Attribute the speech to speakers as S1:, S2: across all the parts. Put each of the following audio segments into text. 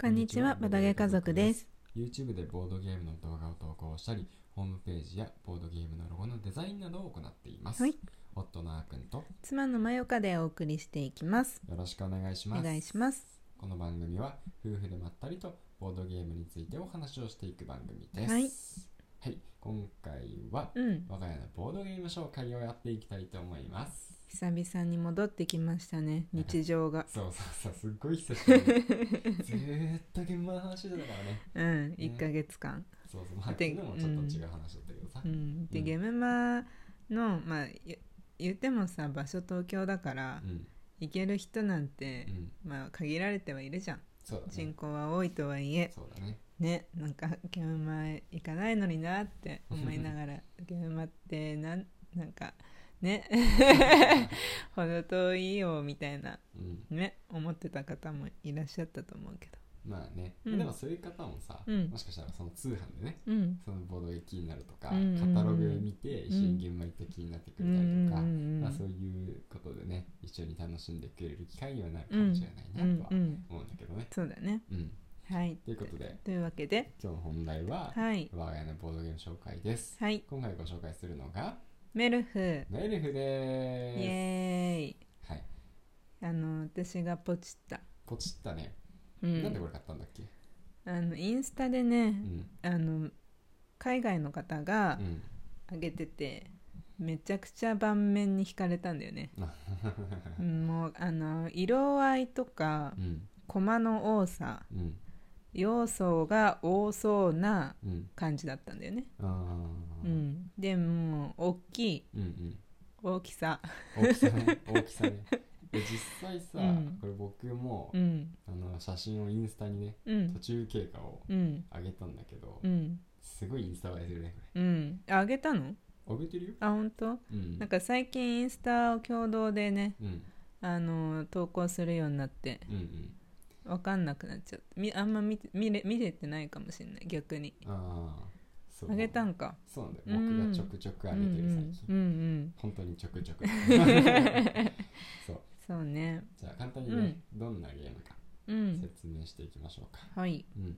S1: こんにちは、バタゲ家族です。
S2: YouTube でボードゲームの動画を投稿したり、ホームページやボードゲームのロゴのデザインなどを行っています。
S1: はい、
S2: 夫のあーくんとよ
S1: 妻のまよかでお送りしていきます。
S2: ろしくお願いし
S1: お
S2: ます。
S1: 願いします。
S2: この番組は夫婦でまったりとボードゲームについてお話をしていく番組です。
S1: はい
S2: はい、今回は
S1: うん、
S2: 我が家のボードゲーム紹介をやっていきたいと思います。
S1: 久々に戻ってきましたね、日常が。
S2: そうそうそう、すっごい久しぶり。ずーっと現場の話してたからね。
S1: うん、1ヶ月間。
S2: そうそう、まあ、
S1: だっ
S2: 昨
S1: て
S2: 日もちょっと違う話だったけどさ。
S1: うん、で、
S2: うん
S1: ゲームマの、まあ、ゆ言ってもさ、場所東京だから、
S2: うん、
S1: 行ける人なんて
S2: う、ん、
S1: まあ、限られてはいるじゃん。
S2: そうだ
S1: 人
S2: ね。
S1: 口は多いとはいえ、
S2: そうだね。
S1: ね、なんか、ゲームマ行かないのになって思いなが ら、ゲームマって、なん、なんか、ね、 ほど遠いよ、みたいな。
S2: うん、
S1: ね思ってた方もいらっしゃったと思うけど
S2: まあね、
S1: うん
S2: でもそういう方もさ、
S1: うん
S2: もしかしたらその通販でね
S1: うん
S2: そのボードが気になるとか、
S1: うんうんうん
S2: カタログ見て一緒に現場行って気になってくれたりとか、
S1: うんうんうん
S2: まあ、そういうことでね一緒に楽しんでくれる機会にはなるかもしれないなとは
S1: うんうん
S2: 思うんだけどね。
S1: そうだね
S2: うん、
S1: はい
S2: ということで
S1: というわけで
S2: 今日の本題は、
S1: はい
S2: 我が家のボードゲーム紹介です。
S1: はい
S2: 今回ご紹介するのが
S1: メルフイ
S2: メルフです。
S1: エーイ
S2: はい、
S1: あの私がポチった
S2: ポチったね、
S1: う
S2: なんで
S1: ん
S2: これ買ったんだっけ
S1: あのインスタで
S2: う
S1: ね
S2: ん
S1: あの海外の方が
S2: うん
S1: 上げててめちゃくちゃ盤面に惹かれたんだよねうんもうあの色合いとか
S2: うん
S1: コマの多さ
S2: うん
S1: 要素が多そうな
S2: うん
S1: 感じだったんだよね
S2: あー
S1: うん、でもう大きい
S2: うんうん
S1: 大きさ、
S2: 大きさね大き さねで実際さ、
S1: うん
S2: これ僕も、
S1: うん
S2: あの写真をインスタにね
S1: うん
S2: 途中経過を
S1: うん
S2: 上げたんだけど、
S1: うん
S2: すごいインスタ映えするね
S1: うんああげたの
S2: これ上げてるよ
S1: あ本当
S2: うん
S1: なんか最近インスタを共同でね
S2: うん
S1: あの投稿するようになって
S2: うんうん
S1: 分かんなくなっちゃってみあんま見て見れ見れてないかもしれない逆に
S2: ああそう
S1: あげたんか
S2: そうなんだよ
S1: うん
S2: 僕がちょくちょく上げてる最近、
S1: うんうん、うん
S2: 本当にちょくち ょくそ
S1: う
S2: う
S1: ん、そうね
S2: じゃあ簡単にね、どんなゲームか
S1: うん
S2: 説明していきましょうか、
S1: はい
S2: うん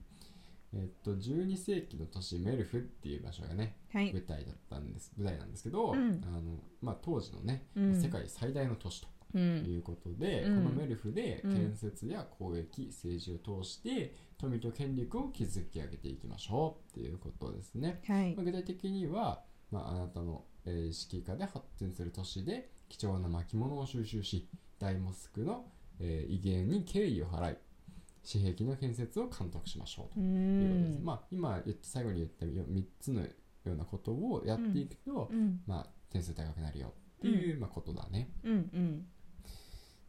S2: えっと12世紀の都市メルフっていう場所がね
S1: はい
S2: 舞台だったんです舞台なんですけど、
S1: うん
S2: あのまあ、当時のね、
S1: うん
S2: 世界最大の都市
S1: う
S2: とい
S1: ん
S2: うことで、
S1: うん
S2: このメルフで
S1: うん
S2: 建設や交易、政治を通して富と権力を築き上げていきましょうっていうことですね、
S1: はい
S2: まあ具体的には、まあ、あなたの、えー、指揮下で発展する都市で貴重な巻物を収集し大モスクの、えー威厳に敬意を払い私壁の建設を監督しましょうと
S1: う
S2: いうことです、
S1: ん
S2: まあ今言って最後に言った3つのようなことをやっていくと、
S1: うん
S2: まあ点数高くなるよっていう、まあ、ことだね
S1: うんうん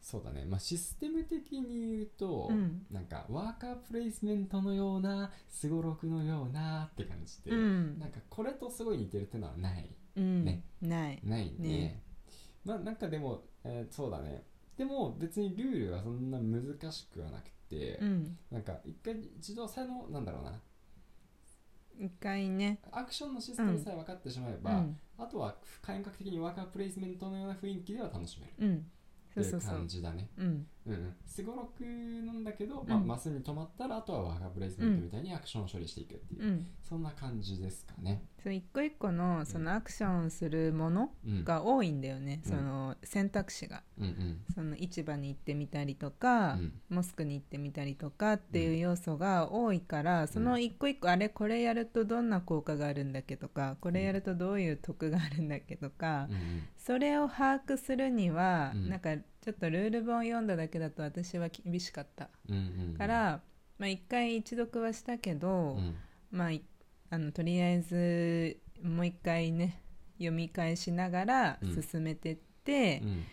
S2: そうだねまあシステム的に言うと、
S1: うん
S2: なんかワーカープレイスメントのようなすごろくのようなって感じで、
S1: うん
S2: なんかこれとすごい似てるってのはない
S1: うん
S2: ね
S1: ない
S2: ないね
S1: ね
S2: まあなんかでも、えーそうだねでも別にルールはそんな難しくはなくて、
S1: うん
S2: なんか一回一度才能なんだろうな
S1: 一回ね
S2: アクションのシステムさえ分かってしまえば、
S1: うん
S2: あとは感覚的にワーカープレイスメントのような雰囲気では楽しめる
S1: うんそう
S2: ってい
S1: そううそう
S2: 感じだね
S1: うん
S2: うんうんすごろくなんだけど、まあ、
S1: うん
S2: マスに止まったらあとはワーカープレイスメントみたいにアクションを処理していくっていう、
S1: うん
S2: そんな感じですかね
S1: そう一個一個のそのアクションするもの
S2: うん
S1: が多いんだよね、
S2: うん
S1: その選択肢が
S2: うんうん
S1: その市場に行ってみたりと
S2: う
S1: か、
S2: ん
S1: モスクに行ってみたりとかっていう要素が多いから、その一個一個あれこれやるとどんな効果があるんだっけとかこれやるとどういう得があるんだっけとか、
S2: うんうん
S1: それを把握するには、
S2: うん
S1: なんかちょっとルール本を読んだだけだと私は厳しかった
S2: うんうん
S1: から、まあ、一回一読はしたけ
S2: う
S1: ど、
S2: ん
S1: まあいあのとりあえずもう一回ね読み返しながら
S2: うん
S1: 進めてっ
S2: う
S1: て、
S2: ん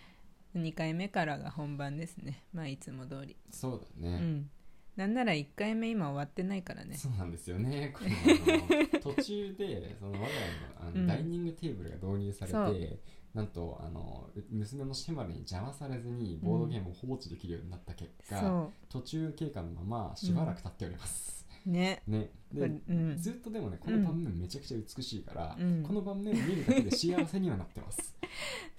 S1: 2回目からが本番ですねまあいつも通り、
S2: そうだ
S1: う
S2: ね、
S1: ん、なんなら1回目今終わってないからね
S2: そうなんです よねこれあの途中でその我が家のあの、
S1: うん
S2: ダイニングテーブルが導入さ
S1: そ
S2: れてなんとあの娘のシェマルに邪魔されずにボードゲームを放置できるようになった結果、
S1: そ
S2: 途中経過のまましばらく経っております、
S1: うね
S2: ね
S1: これ
S2: で
S1: うん
S2: ずっとでもねこの盤面めちゃくちゃ美しいから、
S1: うん
S2: この盤面を見るだけで幸せにはなってます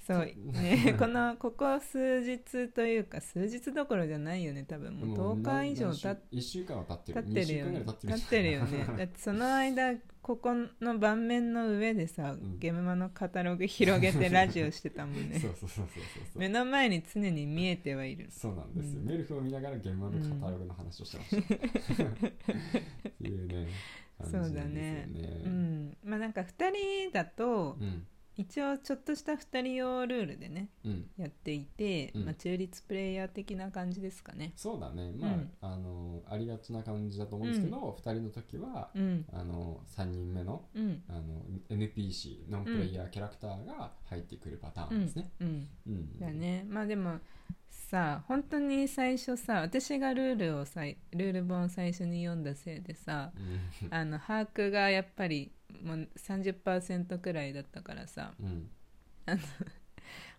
S1: そう ねこのここ数日というか数日どころじゃないよね多分 もう10日以上経っ
S2: 1週間は経って
S1: 経
S2: る
S1: ってるよね
S2: 2週間ぐらい経ってる
S1: 経ってるよねだってその間ここの盤面の上でさ、
S2: ん
S1: ゲームマのカタログ広げてラジオしてたもんね
S2: そうそうそうそうそう
S1: 目の前に常に見えてはいる
S2: そうなんですよ、
S1: うん
S2: メルフを見ながら現場のカタログの話をしてました、っていうね
S1: そうだね
S2: 感じなんですよね
S1: うんまあなんか2人だと
S2: うん
S1: 一応ちょっとした2人用ルールでね
S2: うん
S1: やっていて、
S2: うん
S1: まあ、中立プレイヤー的な感じですかね
S2: そうだねまあ、
S1: うん
S2: あのありがちな感じだと思うんですけど、二人の時は
S1: うん
S2: あの3人目の
S1: うん
S2: あの NPC ノンプレイヤーキャラクターが入ってくるパターンですね、
S1: うん
S2: うん
S1: だねまあでもさ本当に最初さ私がルールをさルール本最初に読んだせいでさ
S2: うん
S1: あの把握がやっぱりもう30%くらいだったからさ
S2: うん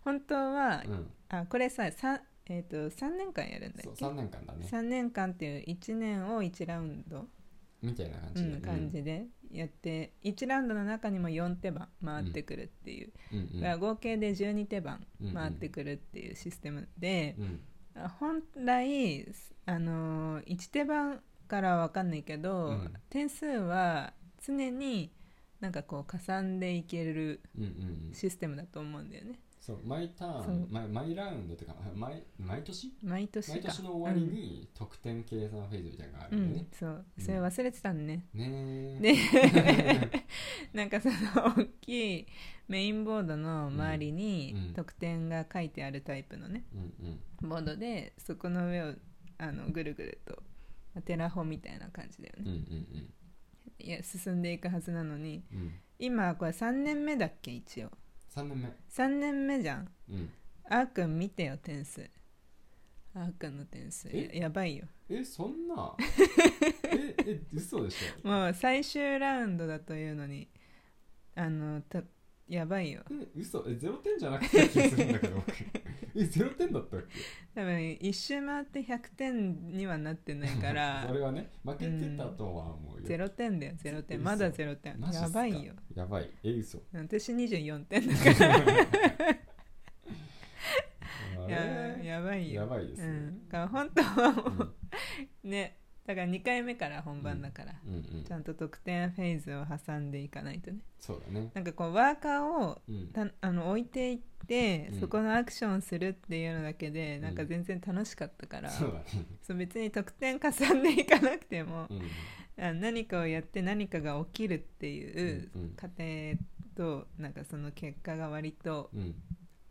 S1: 本当は、
S2: うん
S1: あこれささ、えー、と3年間やるんだ
S2: そう
S1: っけ
S2: 3年間だね
S1: 3年間っていう1年を1ラウンド、
S2: みたいな感
S1: う
S2: じで、
S1: ん、感じでやって1ラウンドの中にも4手番回ってくるっていう、
S2: うんうん
S1: だから合計で12手番
S2: うん
S1: 回ってくるっていうシステムで、
S2: うん
S1: 本来、あのー、1手番からは分かんないけど、
S2: うん
S1: 点数は常になんかこう加算でいける
S2: うんうんうん
S1: システムだと思うんだよね
S2: そう毎ター
S1: そう
S2: ン毎毎ラウンドとかあ毎毎年
S1: 毎年か
S2: 毎年の終わりに得点計算フェーズみたいなのがあ
S1: う
S2: る
S1: ん、
S2: よ
S1: うん
S2: ね、
S1: そうそれ忘れてたんね、
S2: ねえ
S1: で なんかその大きいメインボードの周り
S2: うんう
S1: に
S2: ん
S1: 得点が書いてあるタイプのね
S2: うん
S1: ボードでそこの上をあのぐるぐるとまあテラフォみたいな感じだよ
S2: うんう
S1: ね、
S2: んうん
S1: いや進んでいくはずなのに
S2: うんうん
S1: 今これ3年目だっけ一応
S2: 3年目
S1: 3年目じゃん
S2: うん
S1: あーくん見てよ点数あーくんの点数や
S2: え
S1: やばいよ
S2: えそ んなええ嘘でしょ
S1: もう最終ラウンドだというのにあのたやばいよ
S2: え嘘えゼロ点じゃなかった気がするんだけど僕えゼロ点だったっけ
S1: 多分一周回って100点にはなってないか ら
S2: それはね負けてたとは思うよ、
S1: 0点だよ0点
S2: 嘘
S1: まだ0点
S2: マジっす
S1: や
S2: か
S1: ばいよ
S2: やばいえ嘘
S1: 私24点だから
S2: あれ
S1: ややばいよ
S2: やばいです
S1: う
S2: ね
S1: ん、だから本当はも
S2: う
S1: う、ねだから2回目から本番だから、
S2: んうんうん
S1: ちゃんと得点フェーズを挟んでいかないとね
S2: そうだね
S1: なんかこうワーカーを
S2: うん
S1: たあの置いていって、
S2: うん
S1: そこのアクションするっていうのだけでなんか
S2: うん
S1: 全然楽しかったから、
S2: そうだね
S1: そう別に得点加算でいかなくても
S2: う、ん
S1: あ何かをやって何かが起きるっていう
S2: うんうん
S1: 過程となんかその結果が割と
S2: うん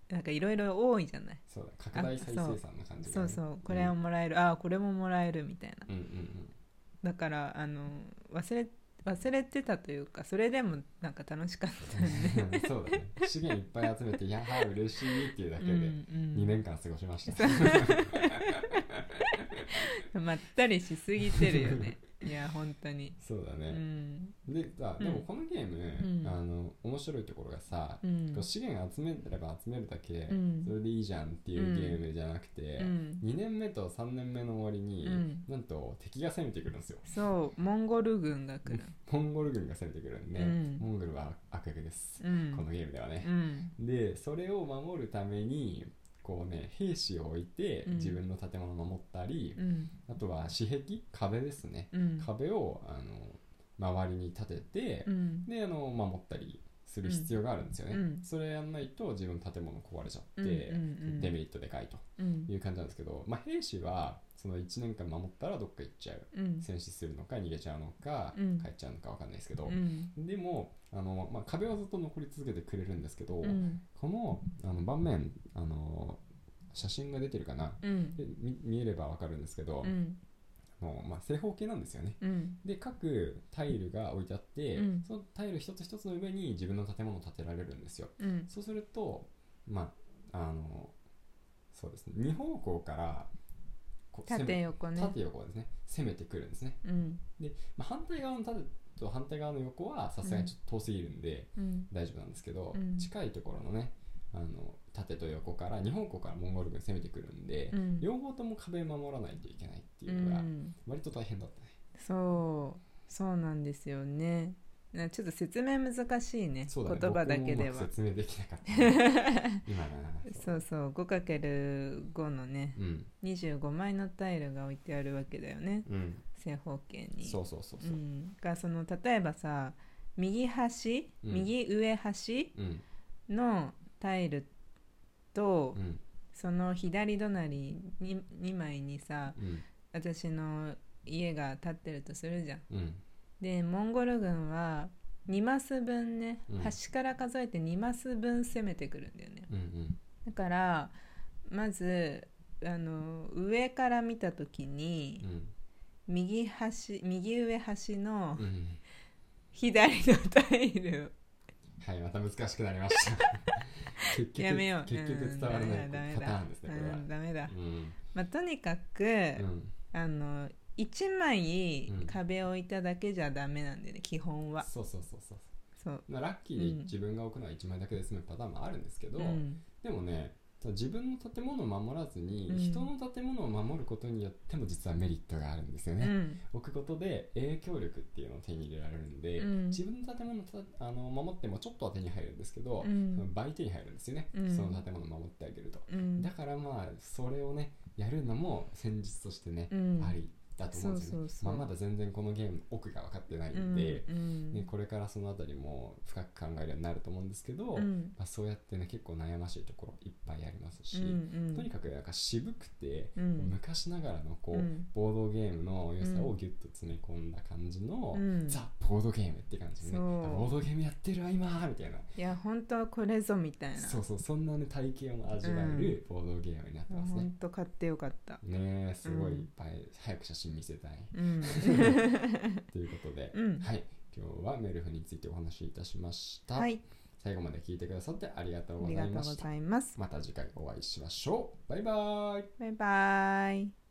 S1: なんかいろいろ多いじゃない
S2: そうだ拡大再生産の感じが
S1: そ
S2: ね、
S1: うそうこれはもらえる、ああこれももらえるみたいな
S2: うんうん
S1: だからあの忘れ忘れてたというかそれでもなんか楽しかったんで
S2: うんそうだね資源いっぱい集めて「やはー嬉しい」っていうだけ
S1: う
S2: で2
S1: んうん
S2: 年間過ごしました、
S1: まったりしすぎてるよ ねいや本当に
S2: そうだ
S1: う
S2: ね、
S1: ん
S2: でさ
S1: うん
S2: でもこのゲー
S1: う
S2: ム、
S1: ん
S2: あの面白いところがさ、
S1: う
S2: こ
S1: ん
S2: う資源集めれば集めるだけ、
S1: うん
S2: それでいいじゃんっていうゲームじゃなくて、
S1: うん
S2: 2年目と3年目の終わりに、
S1: うん
S2: なんと敵が攻めてくるんですよ
S1: そうモンゴル軍が来る
S2: モンゴル軍が攻めてくるんで、
S1: うん
S2: モンゴルは悪役です、
S1: うん
S2: このゲームではね
S1: う、ん
S2: でそれを守るためにこうね兵士を置いて
S1: うん
S2: 自分の建物を守ったり
S1: う、ん
S2: あとは私壁壁ですね、
S1: うん
S2: 壁をあの周りに立てて、
S1: うん
S2: であの守ったりする必要があるんですよね、
S1: うん
S2: それやんないと自分の建物壊れちゃって、
S1: うんうんうん
S2: デメリットでかいと
S1: うん
S2: いう感じなんですけど、まあ、兵士はその1年間守ったらどっか行っちゃう
S1: うん
S2: 戦死するのか逃げちゃうのか、
S1: うん
S2: 帰っちゃうのか分かんないですけど、
S1: うん
S2: でもあの、まあ、壁はずっと残り続けてくれるんですけど、
S1: うん
S2: このあの盤面あの写真が出てるかな
S1: うん
S2: でみ見えればわかるんですけど、
S1: うん
S2: あのまあ、正方形なんですよね
S1: うん
S2: で各タイルが置いてあって、
S1: うん
S2: そのタイル一つ一つの上に自分の建物を建てられるんですよ
S1: うん
S2: そうするとまああのそうですね2方向からこう攻
S1: 縦
S2: め
S1: 横ね
S2: 縦横ですね攻めてくるんですね、
S1: うん
S2: まあ、反対側の縦と反対側の横はさすがにちょっと遠すぎるんで、
S1: うん
S2: 大丈夫なんですけど、
S1: うん
S2: 近いところのねあの縦と横から日本国からモンゴル軍攻めてくるんで、
S1: うん
S2: 両方とも壁守らないといけないっていううのが
S1: ん
S2: 割と大変だったね、
S1: そうそうなんですよねなちょっと説明難しいね
S2: そう
S1: 言
S2: だね
S1: 葉だけで
S2: 僕もうま
S1: は
S2: く説明できなかった 今の話は
S1: そうそう 5×5 のね
S2: うん
S1: 25枚のタイルが置いてあるわけだよね
S2: うん
S1: 正方形に、
S2: そうそうそうそううん
S1: がその例えばさ右端、
S2: うん
S1: 右上端
S2: うん
S1: のタイルと、
S2: うん
S1: その左隣に2枚にさ
S2: うん
S1: 私の家が建ってるとするじゃん
S2: うん
S1: でモンゴル軍は2マス分ね、
S2: うん
S1: 端から数えて2マス分攻めてくるんだよね
S2: うんうん
S1: だからまずあの上から見た時に
S2: うん
S1: 右端右上端の
S2: うん
S1: 左のタイル
S2: はい、また難しくなり ました。結
S1: を
S2: 局
S1: やめよう
S2: 結局伝わらな
S1: うんダメだ
S2: いパターンですね、これは
S1: う。んダメだ、
S2: うん。
S1: まあ、とにかく、
S2: うん。
S1: あの1枚
S2: うん
S1: 壁を置いただけじゃダメなんでね基本は
S2: そうそうそうそう。
S1: そう
S2: まあラッキーに自分が置くのは1枚だけで済むパターンもあるんですけど、
S1: うん
S2: でもね、自分の建物を守らずに、
S1: うん
S2: 人の建物を守ることによっても実はメリットがあるんですよ
S1: う
S2: ね。
S1: ん
S2: 置くことで影響力っていうのを手に入れられるんで、
S1: うん
S2: 自分の建物をたあの守ってもちょっとは手に入るんですけど、
S1: うん
S2: その倍手に入るんですよね、
S1: うん
S2: その建物を守ってあげると。
S1: うん
S2: だからまあそれをねやるのも戦術としてね、
S1: うん
S2: ありだと思うんですよね
S1: そうそうそう
S2: まあ、まだ全然このゲームの奥が分かってない
S1: うん
S2: で、
S1: ん
S2: ね、これからその辺りも深く考えるようになると思うんですけど、
S1: うん
S2: まあ、そうやってね結構悩ましいところいっぱいありますし、
S1: うんうん
S2: とにかくなんか渋くて、
S1: うん
S2: 昔ながらのこう、
S1: うん
S2: ボードゲームの良さをギュッと詰め込んだ感じの、
S1: うん
S2: ザ・ボードゲームって感じでね
S1: そう
S2: ボードゲームやってるわ今みたいない
S1: や本当はこれぞみたいな
S2: そうそうそんなね体験を味わえるボードゲームになってますね。
S1: 本当買ってよかった
S2: ねえすごい
S1: うん
S2: いっぱい、早く写真見せたい
S1: うん
S2: ということで、
S1: うん
S2: はい今日はメルフについてお話しいたしました、
S1: はい
S2: 最後まで聞いてくださってありがとう
S1: あ
S2: ご
S1: り
S2: ざ
S1: が
S2: い
S1: とう
S2: ま
S1: ご
S2: した
S1: ざいます
S2: また次回お会いしましょうバイバイ
S1: バイバイ